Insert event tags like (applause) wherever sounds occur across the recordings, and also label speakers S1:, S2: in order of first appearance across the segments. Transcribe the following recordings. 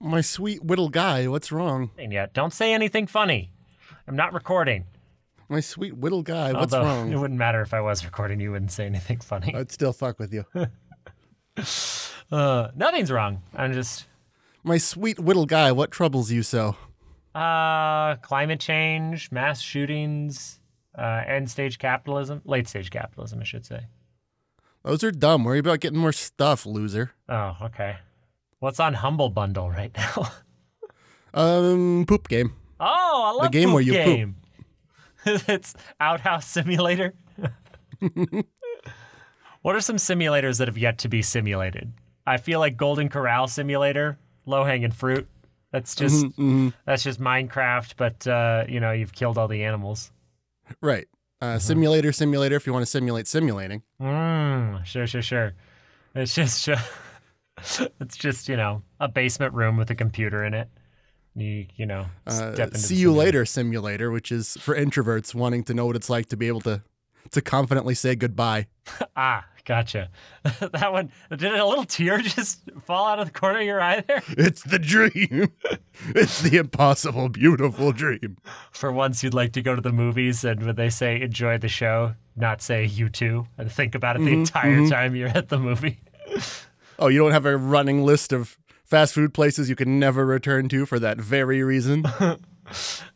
S1: My sweet whittle guy, what's wrong?
S2: And yet, don't say anything funny. I'm not recording.
S1: My sweet whittle guy, what's
S2: Although (laughs) it
S1: wrong?
S2: wouldn't matter if I was recording, you wouldn't say anything funny.
S1: I'd still fuck with you.
S2: Uh, nothing's wrong. I'm just
S1: My sweet whittle guy, what troubles you so?
S2: uh, climate change, mass shootings, uh, end stage capitalism, late stage capitalism, I should say.
S1: Those are dumb. Worry about getting more stuff, loser.
S2: Oh, okay. What's on Humble Bundle right (laughs) now?
S1: Um, poop game.
S2: oh, I love
S1: game
S2: poop
S1: where you poop.
S2: game. (laughs) it's Outhouse Simulator. (laughs) what are some simulators that have yet to be simulated? I feel like Golden Corral Simulator, low hanging fruit. That's just
S1: Mm-hmm.
S2: that's just Minecraft, but uh, you know you've killed all the animals.
S1: Right. Uh,
S2: Uh-huh.
S1: Simulator, simulator, if you want to simulate simulating.
S2: Mm, sure, sure, sure. It's just, (laughs) it's just you know a basement room with a computer in it. You you know
S1: Uh,
S2: step into the
S1: see you
S2: simulator.
S1: later, simulator, which is for introverts wanting to know what it's like to be able to to confidently say goodbye. (laughs)
S2: Ah, gotcha. (laughs) that one did a little tear (laughs) just fall out of the corner of your eye there?
S1: It's the dream. (laughs) it's the impossible, beautiful dream.
S2: For once, you'd like to go to the movies, and when they say enjoy the show, not say you too, and think about it the entire time you're at the movie. (laughs)
S1: Oh, you don't have a running list of fast food places you can never return to for that very (laughs) reason.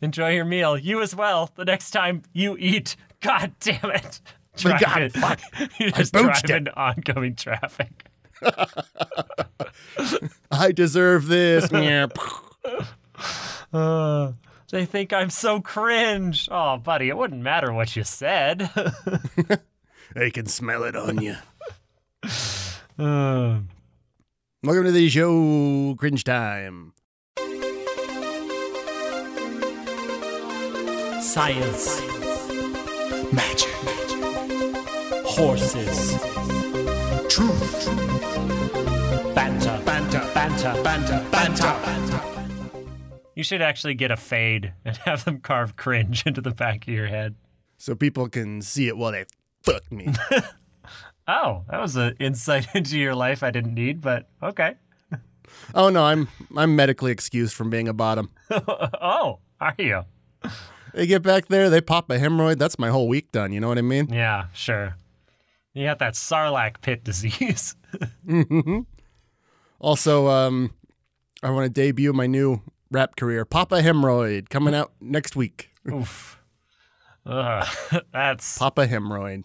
S2: enjoy your meal. You as well. The next time you eat, god damn it.
S1: My God,
S2: Drive in- (laughs) You're just
S1: bootched
S2: driving oncoming traffic.
S1: I deserve (laughs) this. Nyeh.
S2: Uh, they think I'm so cringe. Oh, buddy, it wouldn't matter what you said. (laughs)
S1: I can smell it on you.
S2: Uh,
S1: Welcome to the show, Cringe Time.
S3: Science. Magic. Horses. Truth. Banter. Banter. Banter. Banter. Banter.
S2: you should actually get a fade and have them carve cringe into the back of your head.
S1: So people can see it while they fuck me.
S2: Oh, that was an insight (laughs) into your life I didn't need, but okay.
S1: oh no, I'm I'm medically excused from being a bottom.
S2: oh, are you?
S1: They get back there, they pop a hemorrhoid. That's my whole week done. You know what I mean?
S2: Yeah, sure. You got that sarlacc pit disease. (laughs)
S1: Also, um, I want to debut my new rap career, Papa Hemorrhoid, coming out next week.
S2: Oof. Ugh, that's
S1: Papa Hemorrhoid.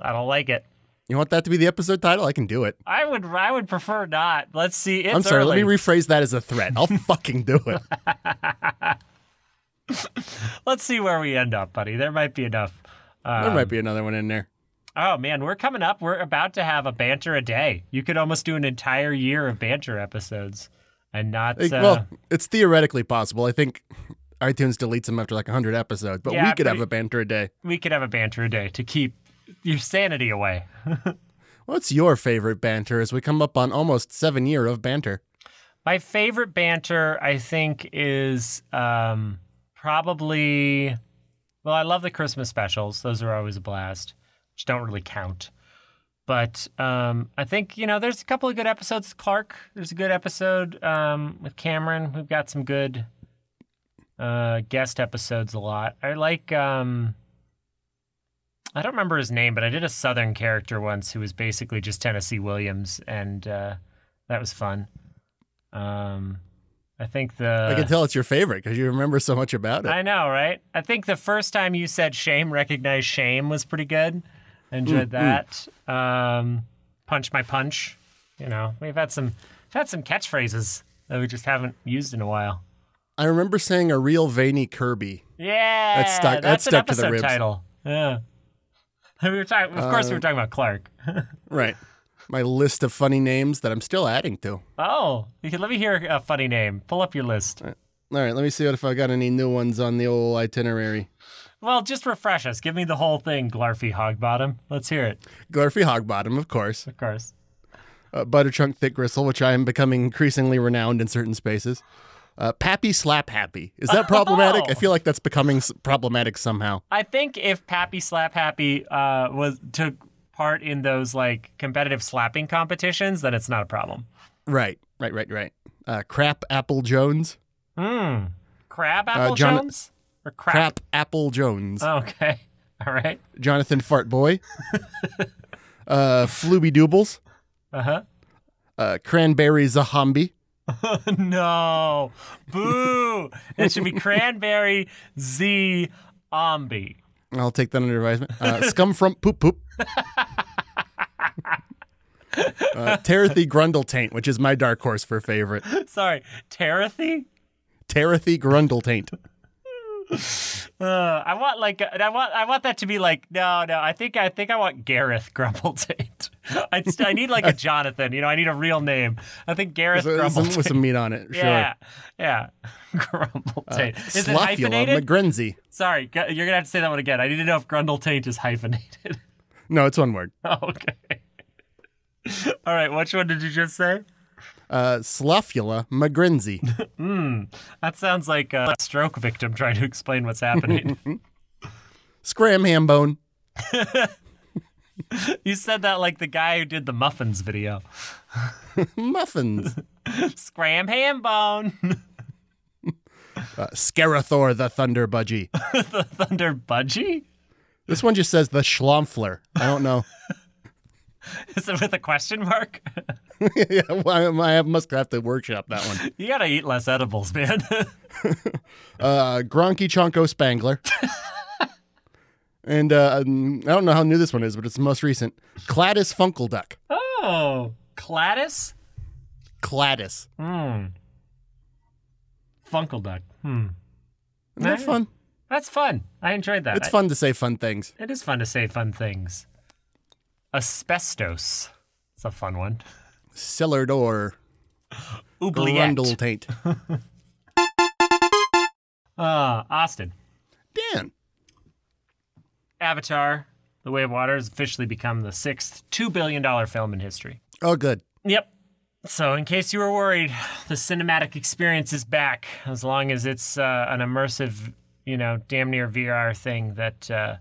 S2: I don't like it.
S1: You want that to be the episode title? I can do it.
S2: I would I would prefer not. Let's see. It's
S1: I'm sorry.
S2: early.
S1: Let me rephrase that as a threat.
S2: (laughs)
S1: I'll fucking do it.
S2: Let's see where we end up, buddy. There might be enough. Uh,
S1: There might be another one in there.
S2: Oh man, we're coming up. We're about to have a banter a day. You could almost do an entire year of banter episodes, and not.
S1: Like,
S2: uh,
S1: well, it's theoretically possible. I think iTunes deletes them after like 100 episodes, but
S2: Yeah,
S1: we could have
S2: pretty-
S1: a banter a day.
S2: we could have a banter a day to keep your sanity away.
S1: What's your favorite banter as we come up on almost seven year of banter?
S2: My favorite banter, I think, is um, probably. Well, I love the Christmas specials. Those are always a blast, which don't really count. But um, I think, you know, there's a couple of good episodes with Clark. There's a good episode um, with Cameron. We've got some good uh, guest episodes a lot. I like. Um, I don't remember his name, but I did a Southern character once who was basically just Tennessee Williams, and uh, that was fun. Um, I think the
S1: I can tell it's your favorite because you remember so much about it.
S2: Uh, I know, right? I think the first time you said shame, recognize shame was pretty good. Enjoyed
S1: Mm,
S2: that. Um, punch my punch. You know, we've had some we've had some catchphrases that we just haven't used in a while.
S1: I remember saying a real veiny Kirby.
S2: Yeah,
S1: That stuck- that
S2: that's
S1: stuck
S2: an
S1: to the
S2: episode
S1: ribs. Uh,
S2: title. Yeah, (laughs) we were talking. Of course, we were talking about Clark.
S1: Right. My list of funny names that I'm still adding to. All
S2: oh, you can, let me hear a funny name. Pull up your list.
S1: Uh, right, let me see what if I got any new ones on the old itinerary.
S2: Well, just refresh us. Give me the whole thing, Glarfy Hogbottom. Let's hear it.
S1: Glurfy Hogbottom, of course.
S2: Of course.
S1: Uh, Butterchunk Thick Gristle, which I am becoming increasingly renowned in certain spaces. Uh, Pappy Slap Happy. Is that problematic? I feel like that's becoming s- problematic somehow.
S2: I think if Pappy Slap Happy uh, was took part in those like competitive slapping competitions, then it's not a problem.
S1: Right, right, right, right. uh, Crap Apple Jones.
S2: Hmm. Crab Apple
S1: John-
S2: Jones? Or crap?
S1: Crap Apple Jones.
S2: Uh. (laughs) Okay. All right. (laughs)
S1: Jonathan Fartboy. (laughs) uh, Flooby Doobles.
S2: Uh huh.
S1: Uh, Cranberry Zahambi.
S2: no. Boo. it should be cranberry Z ombi.
S1: I'll take that under advisement. Uh, Scumfrump Poop Poop. uh, Terethy Grundle Taint, which is my dark horse for favorite.
S2: Sorry. Terethy?
S1: Terethy Grundle
S2: (laughs)
S1: Taint.
S2: Uh, I want like uh, I want I want that to be like no no I think I think I want Gareth Grumbletate. (laughs) I I need like a Jonathan, you know, I need a real name. I think Gareth
S1: With some,
S2: Grumbletate.
S1: with some meat on it, sure.
S2: Yeah. Yeah. (laughs) Grumbletate. Is it
S1: Slothula
S2: hyphenated?
S1: McGrenzy.
S2: Sorry, gu- you're gonna have to say that one again. I need to know if Grundle Taint is hyphenated. (laughs)
S1: No, it's one word.
S2: okay. (laughs) All right, which one did you just say?
S1: Uh, Slothula McGrenzy.
S2: (laughs) That sounds like a stroke victim trying to explain what's happening.
S1: Scram Hambone.
S2: you said that like the guy who did the muffins video. (laughs)
S1: Muffins.
S2: Scram ham bone, (laughs)
S1: Uh, Scarathor the Thunder Budgie.
S2: the thunder budgie.
S1: This one just says the Schlomfler. I don't
S2: (laughs)
S1: know. (laughs)
S2: Is it with a question mark? (laughs)
S1: yeah, well, I I must have to workshop that one.
S2: you gotta eat less edibles, man. (laughs)
S1: uh, Gronky Chonko Spangler. and uh, um, I don't know how new this one is, but it's the most recent. Cladis Funkle Duck.
S2: oh, Cladis
S1: Cladis.
S2: Funkle Duck. Hmm,
S1: Isn't that
S2: Nice.
S1: fun?
S2: that's fun. I enjoyed that.
S1: It's fun to say fun things.
S2: I- it is fun to say fun things. Asbestos. It's a fun one.
S1: Cellar door. Grundle
S2: Oubliette.
S1: taint.
S2: Uh, Austin.
S1: Dan.
S2: Avatar: The Way of Water has officially become the sixth two billion dollar film in history.
S1: Oh, good.
S2: Yep. So, in case you were worried, the cinematic experience is back as long as it's uh, an immersive, you know, damn near VR thing that uh,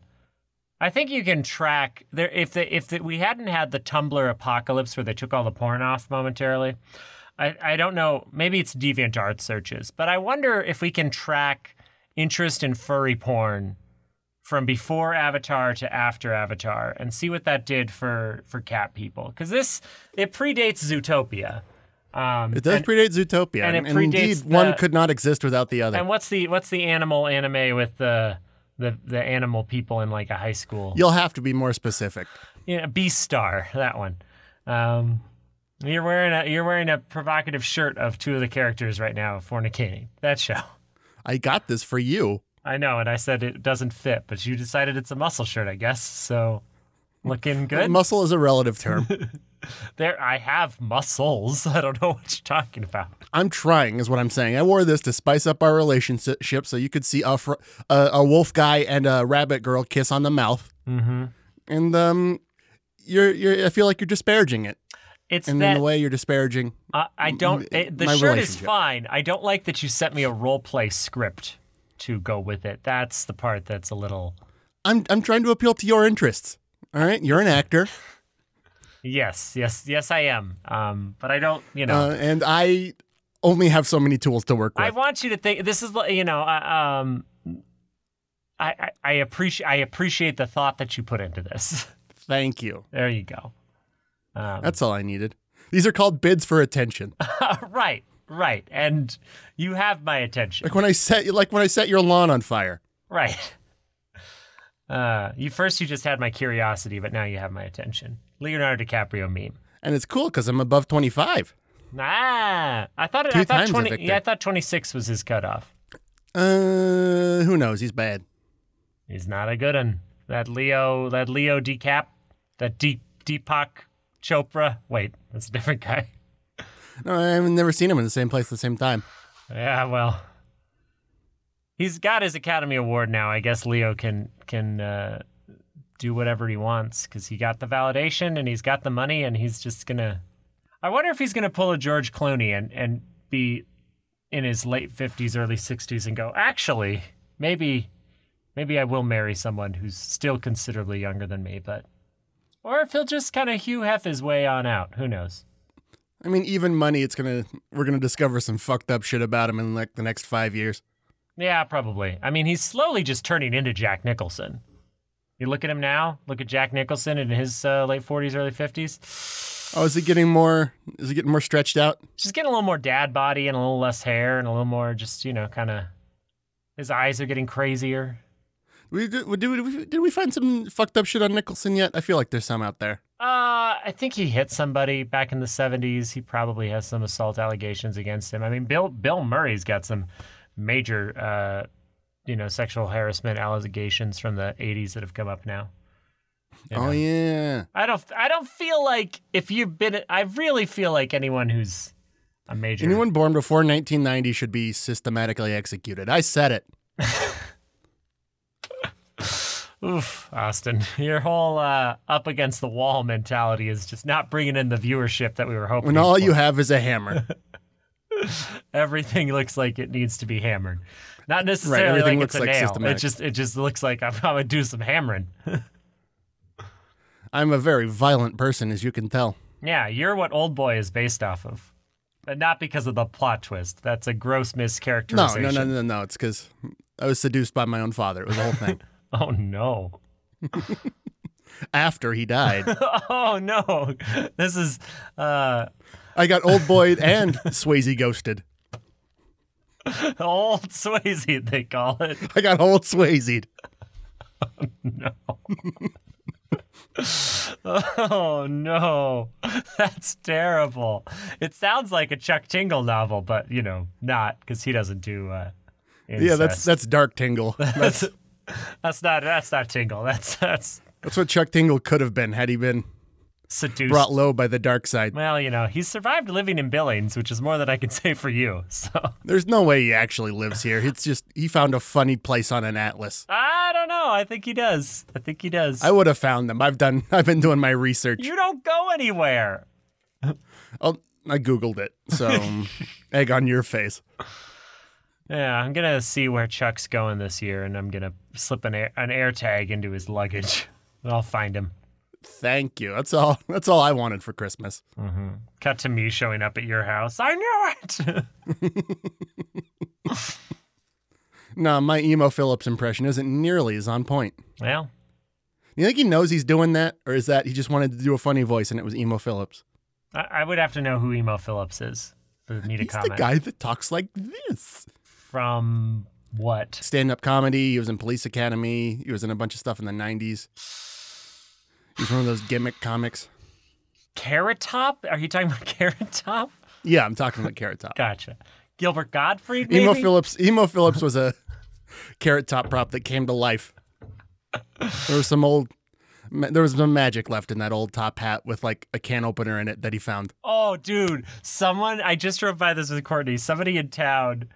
S2: I think you can track. There, if the, if the, we hadn't had the Tumblr apocalypse where they took all the porn off momentarily, I, I don't know. Maybe it's DeviantArt searches, but I wonder if we can track interest in furry porn from before Avatar to after Avatar and see what that did for for cat people. Because this it predates Zootopia. Um,
S1: It does
S2: and,
S1: predate Zootopia.
S2: and it
S1: indeed,
S2: predates the-
S1: one could not exist without the other.
S2: and what's the what's the animal anime with the the the animal people in like a high school?
S1: You'll have to be more specific.
S2: Yeah, Beast Star, that one. Um, you're wearing a you're wearing a provocative shirt of two of the characters right now of fornicating. That show.
S1: I got this for you.
S2: I know, and I said it doesn't fit, but you decided it's a muscle shirt, I guess. So
S1: (laughs)
S2: looking good.
S1: Muscle is a relative
S2: (laughs)
S1: term.
S2: There, I have muscles. (laughs) I don't know what you're talking about.
S1: I'm trying, is what I'm saying. I wore this to spice up our relationship so you could see a, fr- a, a wolf guy and a rabbit girl kiss on the mouth.
S2: Mm-hmm.
S1: And um, you're, you're, I feel like you're disparaging it.
S2: It's
S1: And in
S2: that
S1: a way, you're disparaging.
S2: I, I don't.
S1: m-
S2: It, the
S1: my
S2: shirt is
S1: relationship.
S2: fine. I don't like that you sent me a role play script to go with it. That's the part that's a little.
S1: I'm, I'm trying to appeal to your interests. All right. You're an actor.
S2: Yes, yes, yes. I am. Um, but I don't. You know,
S1: Uh, and I only have so many tools to work
S2: I
S1: with.
S2: want you to think. This is li- you know. I- Um, I, I, I appreciate I appreciate the thought that you put into this. (laughs)
S1: Thank you.
S2: there you go.
S1: (laughs)
S2: Um, uh,
S1: That's all I needed. These are called bids for (laughs) attention.
S2: right, right, and you have my
S1: (laughs)
S2: attention.
S1: Like when I set like when I set your lawn on fire.
S2: Right. Uh, you first you just had my curiosity, but now you have my attention. Leonardo DiCaprio meme.
S1: And it's cool cuz I'm above 25.
S2: Ah, I thought it,
S1: Two
S2: I thought
S1: times the
S2: twenty.
S1: victor.
S2: Yeah, I thought twenty six was his cutoff.
S1: Uh who knows? He's bad.
S2: He's not a good one. That Leo, that Leo DiCap, that Deep Deepak Chopra. Wait, that's a different guy.
S1: No, I've never seen him in the same place at the same time.
S2: Yeah, well, he's got his Academy Award now. I guess Leo can can uh, do whatever he wants because he got the validation and he's got the money and he's just gonna. I wonder if he's gonna pull a George Clooney and and be in his late fifties, early sixties, and go. Actually, maybe maybe I will marry someone who's still considerably younger than me, but. Or if he'll just kind of Hugh Hef his way on out. Who knows?
S1: I mean, even money, it's gonna we're gonna discover some fucked up shit about him in like the next five years.
S2: Yeah, probably. I mean, he's slowly just turning into Jack Nicholson. You look at him now. Look at Jack Nicholson in his uh, late forties, early fifties.
S1: Oh, is he getting more? Is he getting more stretched out?
S2: Just getting a little more dad body and a little less hair and a little more just you know kind of. His eyes are getting crazier.
S1: We did, we- did, we, did we find some fucked up shit on Nicholson yet? I feel like there's some out there.
S2: Uh, I think he hit somebody back in the '70s. He probably has some assault allegations against him. I mean, Bill Bill Murray's got some major, uh, you know, sexual harassment allegations from the '80s that have come up now. You know?
S1: Oh yeah,
S2: I don't. I don't feel like if you've been. I really feel like anyone who's a major.
S1: anyone born before 1990 should be systematically executed. I said it.
S2: Oof, Austin, (laughs) your whole uh, up against the wall mentality is just not bringing in the viewership that we were hoping.
S1: When all
S2: for.
S1: you have is a hammer,
S2: everything looks like it needs to be hammered. Not necessarily
S1: everything
S2: like
S1: looks
S2: it's a
S1: like
S2: nail.
S1: systematic.
S2: It just it just looks like I'm, (laughs) I'm gonna do some hammering.
S1: I'm a very violent person, as you can tell.
S2: yeah, you're what Old Boy is based off of, but not because of the plot twist. That's a gross
S1: No,
S2: mischaracterization.
S1: no, no, no, no. It's because I was seduced by my own father. It was the whole thing.
S2: Oh no.
S1: After he died,
S2: Oh no. (laughs) This is uh
S1: I got old boy and Swayze ghosted.
S2: old (laughs) Swayze they call it.
S1: I got old Swayze.
S2: Oh no. (laughs) That's terrible. It sounds like a Chuck Tingle novel, but you know, not because he doesn't do uh
S1: Yeah, that's
S2: incest. (laughs)
S1: that's dark tingle.
S2: That's that's not that's not tingle. That's that's
S1: That's what Chuck Tingle could have been had he been
S2: seduced.
S1: brought low by the dark side.
S2: Well, you know, he survived living in Billings, which is more than I can (laughs) say for you. So
S1: There's no way he actually lives here. It's just he found a funny place on an atlas.
S2: I don't know. I think he does. I think he does.
S1: I would have found them. I've done. I've been doing my research.
S2: you don't go anywhere.
S1: Oh, I googled it. So, um, egg on your face.
S2: Yeah, I'm gonna see where Chuck's going this year, and I'm gonna slip an air, an air tag into his luggage. (laughs) I'll find him.
S1: Thank you. That's all. That's all I wanted for Christmas.
S2: Cut to me showing up at your house. I knew it. (laughs)
S1: No, my emo Phillips impression isn't nearly as on point.
S2: well,
S1: You think he knows he's doing that, or is that he just wanted to do a funny voice and it was emo Phillips?
S2: I, I would have to know who Emo Phillips is for me to
S1: He's
S2: comment.
S1: the guy that talks like this.
S2: From what?
S1: Stand-up comedy. He was in Police Academy. He was in a bunch of stuff in the '90s. He's one of those gimmick comics.
S2: Carrot Top? Are you talking about (laughs) Carrot Top?
S1: Yeah, I'm talking about Carrot Top.
S2: Gotcha. Gilbert Gottfried, maybe?
S1: Emo Phillips. Emo Phillips was a carrot top prop that came to life. There was some old, ma- there was some magic left in that old top hat with like a can opener in it that he found.
S2: Oh, dude. Someone, I just drove by this with Courtney. Somebody in town,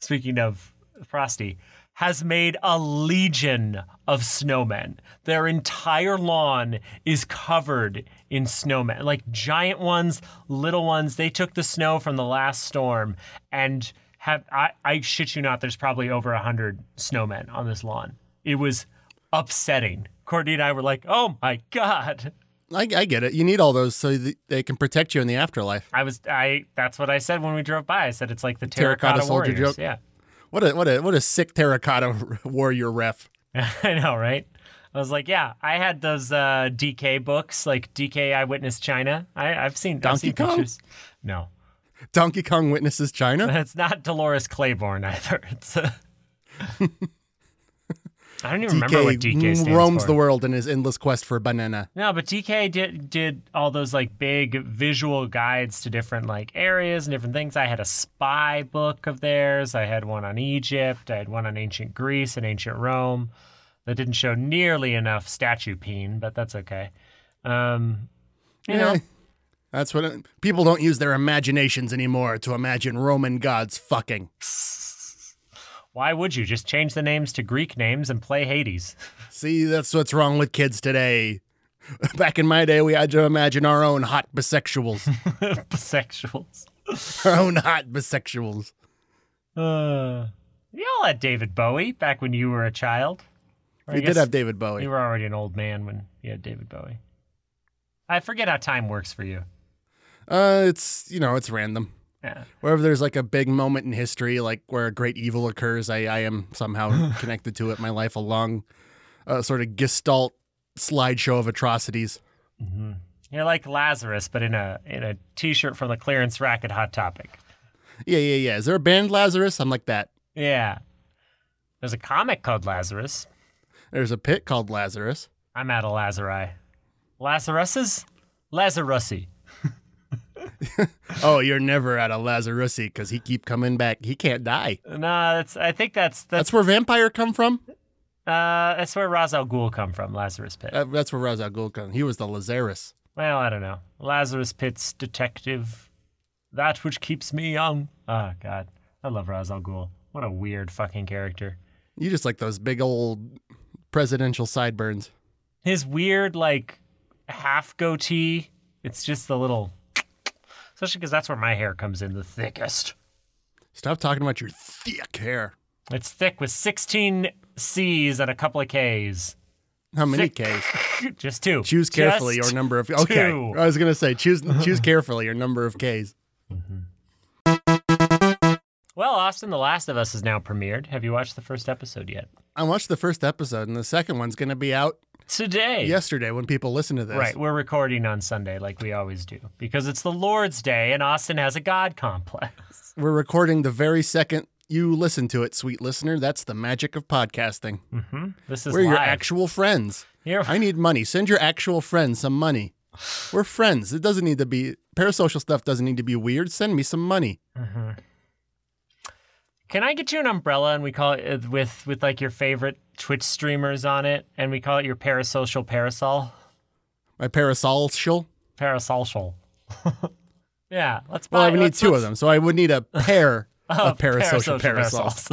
S2: speaking of Frosty, has made a legion of snowmen. Their entire lawn is covered in snowmen, like giant ones, little ones. They took the snow from the last storm and have, I, I shit you not, there's probably over 100 snowmen on this lawn. It was upsetting. Courtney and I were like, oh my God.
S1: I, I get it. You need all those so th- they can protect you in the afterlife.
S2: I was I. That's what I said when we drove by. I said it's like the terracotta,
S1: terracotta soldier
S2: warriors.
S1: joke.
S2: Yeah, (laughs)
S1: What a what a what a sick terracotta (laughs) warrior ref.
S2: I know, right? I was like, yeah, I had those uh, DK books, like DK Eyewitness China. I, I've seen I've
S1: Donkey
S2: seen
S1: Kong?
S2: pictures. No, (laughs)
S1: Donkey Kong witnesses China.
S2: it's not Dolores Claiborne either. It's. Uh, (laughs) I don't even remember what DK stands
S1: roams
S2: for.
S1: the world in his endless quest for banana.
S2: No, but DK did did all those like big visual guides to different like areas and different things. I had a spy book of theirs. I had one on Egypt. I had one on ancient Greece and ancient Rome. That didn't show nearly enough statue peen, but that's okay. Um, you know,
S1: Eh, that's what it- people don't use their imaginations anymore to imagine Roman gods fucking.
S2: why would you just change the names to Greek names and play Hades? (laughs)
S1: See, that's what's wrong with kids today. (laughs) Back in my day, we had to imagine our own hot bisexuals,
S2: (laughs) Bisexuals.
S1: our own hot bisexuals.
S2: Uh, y'all had David Bowie back when you were a child. Or I
S1: We did
S2: guess-
S1: have David Bowie.
S2: You were already an old man when you had David Bowie. I forget how time works for you.
S1: Uh, it's you know, it's random.
S2: Yeah.
S1: Wherever there's like a big moment in history, like where a great evil occurs, I, I am
S2: (laughs)
S1: somehow connected to it. My life along a sort of gestalt slideshow of atrocities.
S2: hmm You're like Lazarus, but in a in a T-shirt from the clearance rack at Hot Topic.
S1: Yeah, yeah, yeah. Is there a band Lazarus? I'm like that.
S2: Yeah. There's a comic called Lazarus.
S1: There's a pit called Lazarus.
S2: I'm out of Lazari. Lazaruses? Lazarusi.
S1: Oh, you're never out of Lazarusi because he keep coming back. He can't die.
S2: Nah, that's. I think that's that's
S1: That's where vampire come from.
S2: uh, that's where Ra's al Ghul come from. Lazarus Pit.
S1: That, that's where Ra's al Ghul come. He was the Lazarus.
S2: well, I don't know. Lazarus Pit's detective. That which keeps me young. Oh God, I love Ra's al Ghul. What a weird fucking character.
S1: You just like those big old presidential sideburns.
S2: his weird like half goatee. It's just the little, especially because that's where my hair comes in the thickest.
S1: Stop talking about your thick hair.
S2: It's thick with 16 C's and a couple of K's.
S1: How many K's?
S2: Just two. (laughs)
S1: Choose carefully
S2: Just
S1: your number of. Okay,
S2: two.
S1: I was gonna say
S2: (laughs)
S1: choose choose carefully your number of K's.
S2: Well, Austin, The Last of Us is now premiered. Have you watched the first episode yet?
S1: I watched the first episode, and the second one's gonna be out
S2: Today.
S1: yesterday when people listen to this.
S2: Right. We're recording on Sunday like we always do because it's the Lord's Day and Austin has a God complex. (laughs)
S1: We're recording the very second you listen to it, sweet listener. That's the magic of podcasting.
S2: hmm This is
S1: We're your
S2: live.
S1: actual friends.
S2: You're-
S1: I need money. Send your actual friends some money. We're friends. It doesn't need to be parasocial stuff. Doesn't need to be weird. Send me some money.
S2: Can I get you an umbrella and we call it uh, with with like your favorite Twitch streamers on it and we call it your parasocial parasol?
S1: My parasocial.
S2: Parasocial. (laughs) yeah, let's buy
S1: Well, I would need
S2: let's-
S1: two of
S2: let's- Oh,
S1: them, so I would need
S2: (laughs)
S1: a pair of parasocial
S2: parasocial
S1: parasols.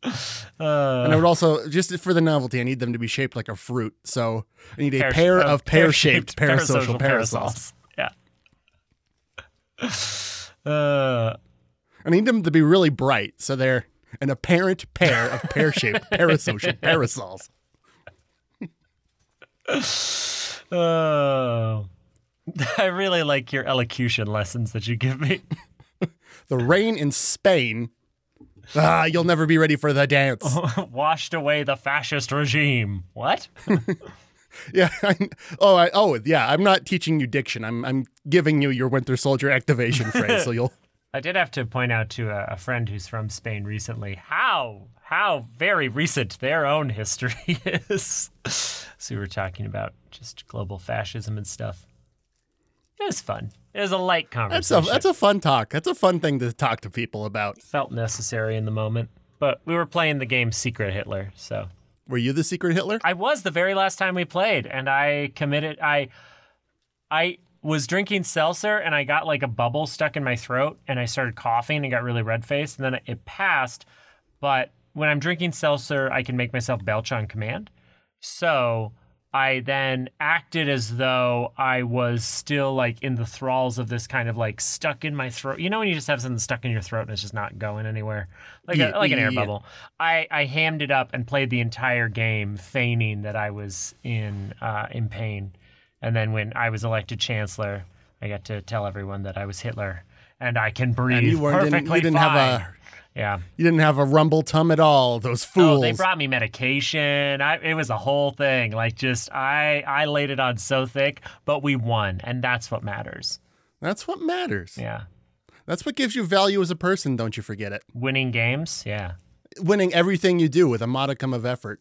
S2: parasols. uh,
S1: And I would also, just for the novelty, I need them to be shaped like a fruit. So I
S2: (laughs)
S1: need a
S2: pear-
S1: pair
S2: uh,
S1: of pear shaped
S2: pear-shaped (laughs)
S1: parasocial parasols.
S2: parasols. Yeah. (laughs) Uh,
S1: I need them to be really bright. So they're an apparent pair of pear
S2: (laughs)
S1: shaped parasocial parasols.
S2: oh. Uh, (laughs) I really like your elocution lessons that you give me. (laughs)
S1: The rain in Spain. Ah, you'll never be ready for the dance.
S2: Washed away the fascist regime. What?
S1: Yeah. (laughs) I, oh, I, oh, yeah. I'm not teaching you diction. I'm, I'm giving you your Winter Soldier
S2: (laughs)
S1: activation phrase. So you'll.
S2: I did have to point out to a, a friend who's from Spain recently how how very recent their own history (laughs) is. so we were talking about just global fascism and stuff. It was fun. It was a light
S1: That's a,
S2: conversation.
S1: that's a fun talk. That's a fun thing to talk to people about.
S2: felt necessary in the moment. But we were playing the game Secret Hitler, so
S1: Were you the secret Hitler?
S2: I was the very last time we played, and I committed. I, I was drinking seltzer, and I got like a bubble stuck in my throat, and I started coughing and got really red faced, and then it passed. But when I'm drinking seltzer, I can make myself belch on command. So I then acted as though I was still like in the thralls of this kind of like stuck in my throat. You know when you just have something stuck in your throat and it's just not going anywhere, like
S1: Yeah,
S2: a, like an air
S1: yeah.
S2: bubble. I I hammed it up and played the entire game feigning that I was in uh, in pain, and then when I was elected chancellor, I got to tell everyone that I was Hitler and I can breathe
S1: you weren't- didn't- you
S2: perfectly
S1: didn't
S2: fine.
S1: have a-
S2: yeah.
S1: You didn't have a rumble tum at all. Those fools.
S2: Oh, they brought me medication. I, it was a whole thing. Like just I I laid it on so thick, but we won, and that's what matters.
S1: That's what matters.
S2: Yeah,
S1: That's what gives you value as a person. Don't you forget it.
S2: winning games. Yeah,
S1: Winning everything you do with a modicum of effort.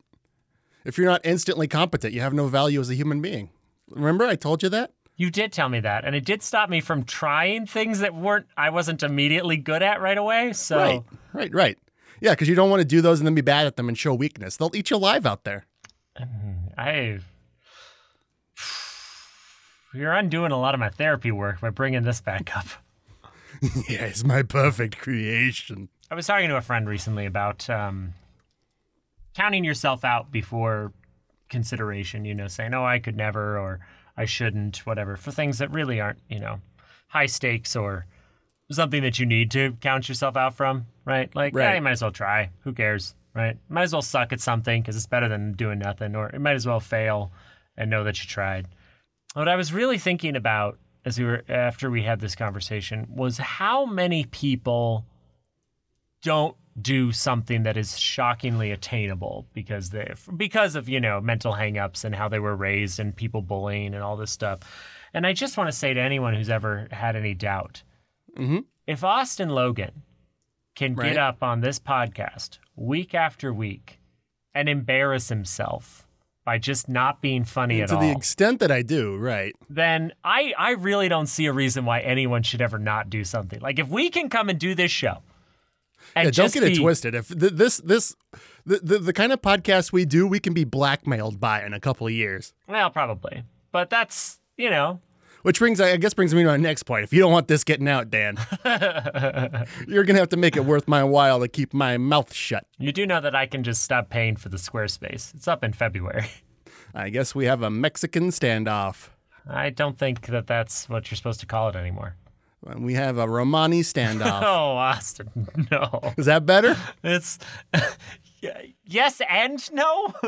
S1: If you're not instantly competent, you have no value as a human being. Remember, I told you that.
S2: you did tell me that, and it did stop me from trying things that weren't I wasn't immediately good at right away. So
S1: Right, right, right. Yeah, because you don't want to do those and then be bad at them and show weakness. They'll eat you alive out (laughs) there.
S2: I. (sighs) You're undoing a lot of my therapy work by bringing this back up.
S1: yes, my perfect creation.
S2: I was talking to a friend recently about um, counting yourself out before consideration, you know, saying, oh, I could never or I shouldn't, whatever, for things that really aren't, you know, high stakes or something that you need to count yourself out from, right? Like, yeah,
S1: Right.
S2: you might as well try. Who cares, right? Might as well suck at something because it's better than doing nothing, or it might as well fail and know that you tried. What I was really thinking about as we were after we had this conversation was how many people don't do something that is shockingly attainable because they because of you know mental hangups and how they were raised and people bullying and all this stuff. And I just want to say to anyone who's ever had any doubt,
S1: Mhm.
S2: if Austin Logan can
S1: Right.
S2: get up on this podcast week after week and embarrass himself by just not being funny at
S1: to
S2: all,
S1: the extent that I do, right?
S2: then I, I really don't see a reason why anyone should ever not do something. Like if we can come and do this show and
S1: Yeah, don't
S2: just
S1: get it
S2: be-
S1: twisted. If th- this this the, the the kind of podcast we do, we can be blackmailed by in a couple of years.
S2: well, probably. But that's you know,
S1: Which brings I guess brings me to my next point. If you don't want this getting out,
S2: (laughs)
S1: Dan, you're gonna have to make it worth my while to keep my mouth shut.
S2: you do know that I can just stop paying for the Squarespace. It's up in February. (laughs)
S1: I guess we have a Mexican standoff.
S2: I don't think that that's what you're supposed to call it anymore.
S1: And we have a Romani
S2: (laughs)
S1: standoff.
S2: Oh, Austin, no.
S1: Is that better?
S2: It's (laughs) y- yes and no. (laughs)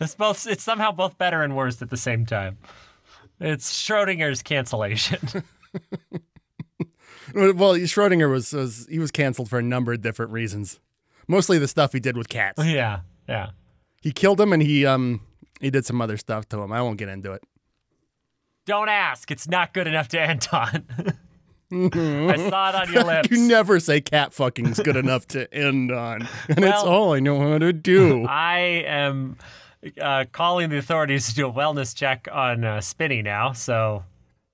S2: it's both. It's somehow both better and worse at the same time. It's Schrodinger's cancellation. (laughs)
S1: Well, Schrodinger was, was he was canceled for a number of different reasons. Mostly the stuff he did with cats.
S2: Oh, yeah, yeah.
S1: He killed him, and he um he did some other stuff to him. I won't get into it.
S2: Don't ask. It's not good enough to end on. (laughs) I saw it on your lips.
S1: You never say cat fucking's
S2: (laughs)
S1: good enough to end on, and it's
S2: Well-
S1: all I know how to do.
S2: (laughs) I am uh, calling the authorities to do a wellness check on uh, Spinny now. So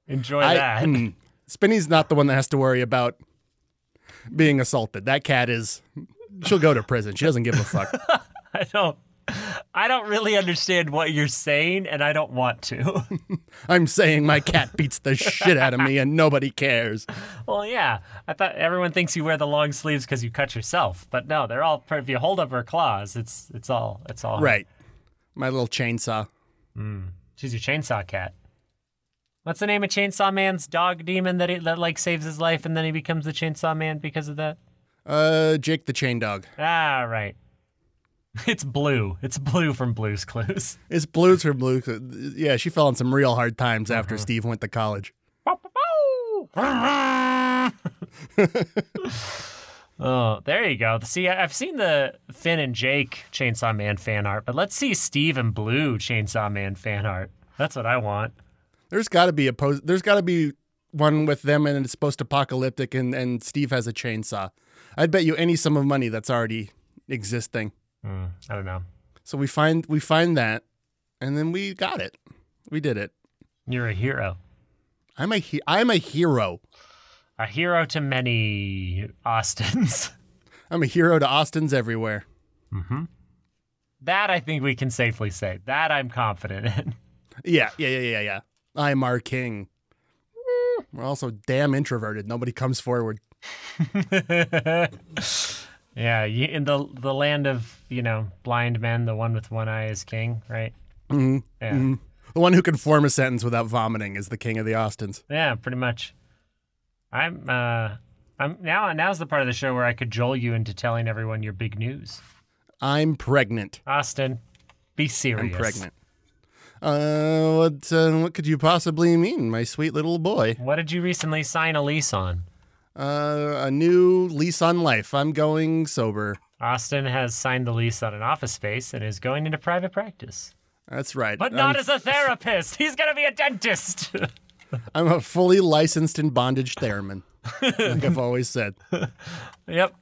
S2: enjoy that.
S1: mm, Spinny's not the one that has to worry about being assaulted. That cat is. She'll go to prison. She doesn't give a fuck.
S2: (laughs) (laughs) I don't. I don't really understand what you're saying, and I don't want to. (laughs)
S1: I'm saying my cat beats the shit out of me, and nobody
S2: (laughs)
S1: cares.
S2: Well, yeah. I thought everyone thinks you wear the long sleeves because you cut yourself, but no, they're all. If you hold up her claws, it's it's all it's all.
S1: Right. My little chainsaw.
S2: She's your chainsaw cat. What's the name of Chainsaw Man's dog demon that he, that like saves his life and then he becomes the Chainsaw Man because of that?
S1: Uh, Jake the chain dog.
S2: Ah, right. (laughs) It's blue. It's blue from Blue's Clues.
S1: It's blues for blue. Yeah, she fell in some real hard times after Steve went to college.
S2: oh, there you go. See, I- I've seen the Finn and Jake Chainsaw Man fan art, but let's see Steve and Blue Chainsaw Man fan art. That's what I want.
S1: There's got to be a pose. There's got to be one with them, and it's post-apocalyptic, and and Steve has a chainsaw. I'd bet you any sum of money that's already existing.
S2: Hmm, I don't know.
S1: So we find we find that, and then we got it. We did it.
S2: You're a hero.
S1: I'm a he- I'm a hero.
S2: A hero to many Austins. (laughs)
S1: I'm a hero to Austin's everywhere.
S2: that I think we can safely say. That I'm confident in.
S1: Yeah, yeah, yeah, yeah, yeah. I'm our king. We're also damn introverted. Nobody comes forward.
S2: Yeah, you, in the the land of you know blind men, the one with one eye is king, right? Mm-hmm. Yeah,
S1: The one who can form a sentence without vomiting is the king of the Austins.
S2: yeah, pretty much. I'm uh, I'm now now's the part of the show where I cajole you into telling everyone your big news.
S1: I'm pregnant.
S2: Austin, be serious.
S1: I'm pregnant. Uh, what uh, what could you possibly mean, my sweet little boy?
S2: What did you recently sign a lease on?
S1: Uh, a new lease on life. I'm going sober.
S2: Austin has signed the lease on an office space and is going into private practice.
S1: That's right.
S2: But
S1: I'm-
S2: not as a therapist. He's going to be a dentist. (laughs)
S1: I'm a fully licensed and bondage theremin, like I've always said.
S2: yep.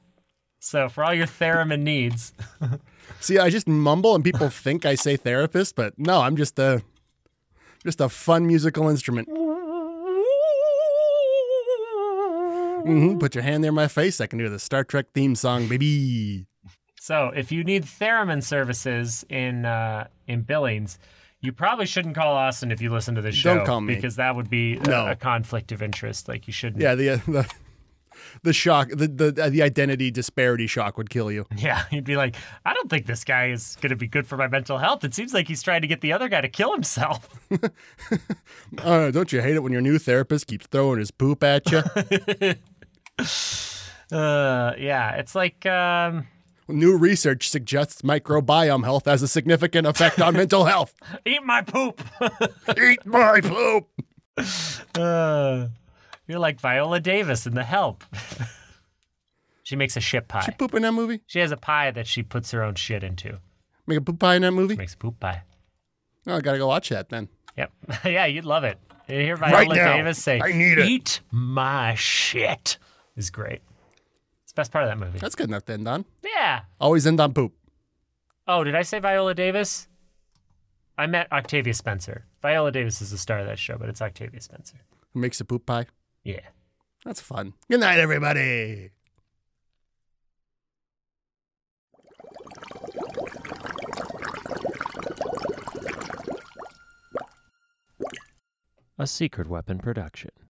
S2: So for all your theremin needs,
S1: See, I just mumble and (laughs) people think I say therapist, but no, I'm just a just a fun musical instrument. hmm Put your hand near my face. I can do the Star Trek theme song, baby.
S2: so if you need theremin services in uh, in Billings, you probably shouldn't call Austin if you listen to this show.
S1: Don't call me.
S2: because that would be a,
S1: No.
S2: a conflict of interest. Like you shouldn't.
S1: Yeah, the uh, the the shock, the the the identity disparity shock would kill you.
S2: (laughs) Yeah, you'd be like, I don't think this guy is going to be good for my mental health. It seems like he's trying to get the other guy to kill himself. (laughs)
S1: Uh, don't you hate it when your new therapist keeps throwing his poop (laughs) at you?
S2: Uh, yeah, it's like um,
S1: When New research suggests microbiome health has a significant effect on mental health.
S2: Eat my poop.
S1: (laughs)
S2: (laughs)
S1: Eat my poop.
S2: Uh, you're like Viola Davis in The Help. (laughs) she makes a shit
S1: She
S2: pie.
S1: poop in that movie?
S2: She has a pie that she puts her own shit into.
S1: Make a poop pie in that movie?
S2: Makes a poop pie.
S1: Oh, I gotta go watch that then.
S2: Yep. (laughs) yeah, you'd love it. You hear Viola
S1: now.
S2: Davis say,
S1: I need it.
S2: Eat my shit is great. It's the best part of that movie.
S1: That's good enough to end on.
S2: yeah.
S1: Always end on poop.
S2: Oh, did I say Viola Davis? I met Octavia Spencer. Viola Davis is the star of that show, but it's Octavia Spencer.
S1: Who makes a poop pie?
S2: Yeah.
S1: That's fun. Good night, everybody.
S2: A Secret Weapon production.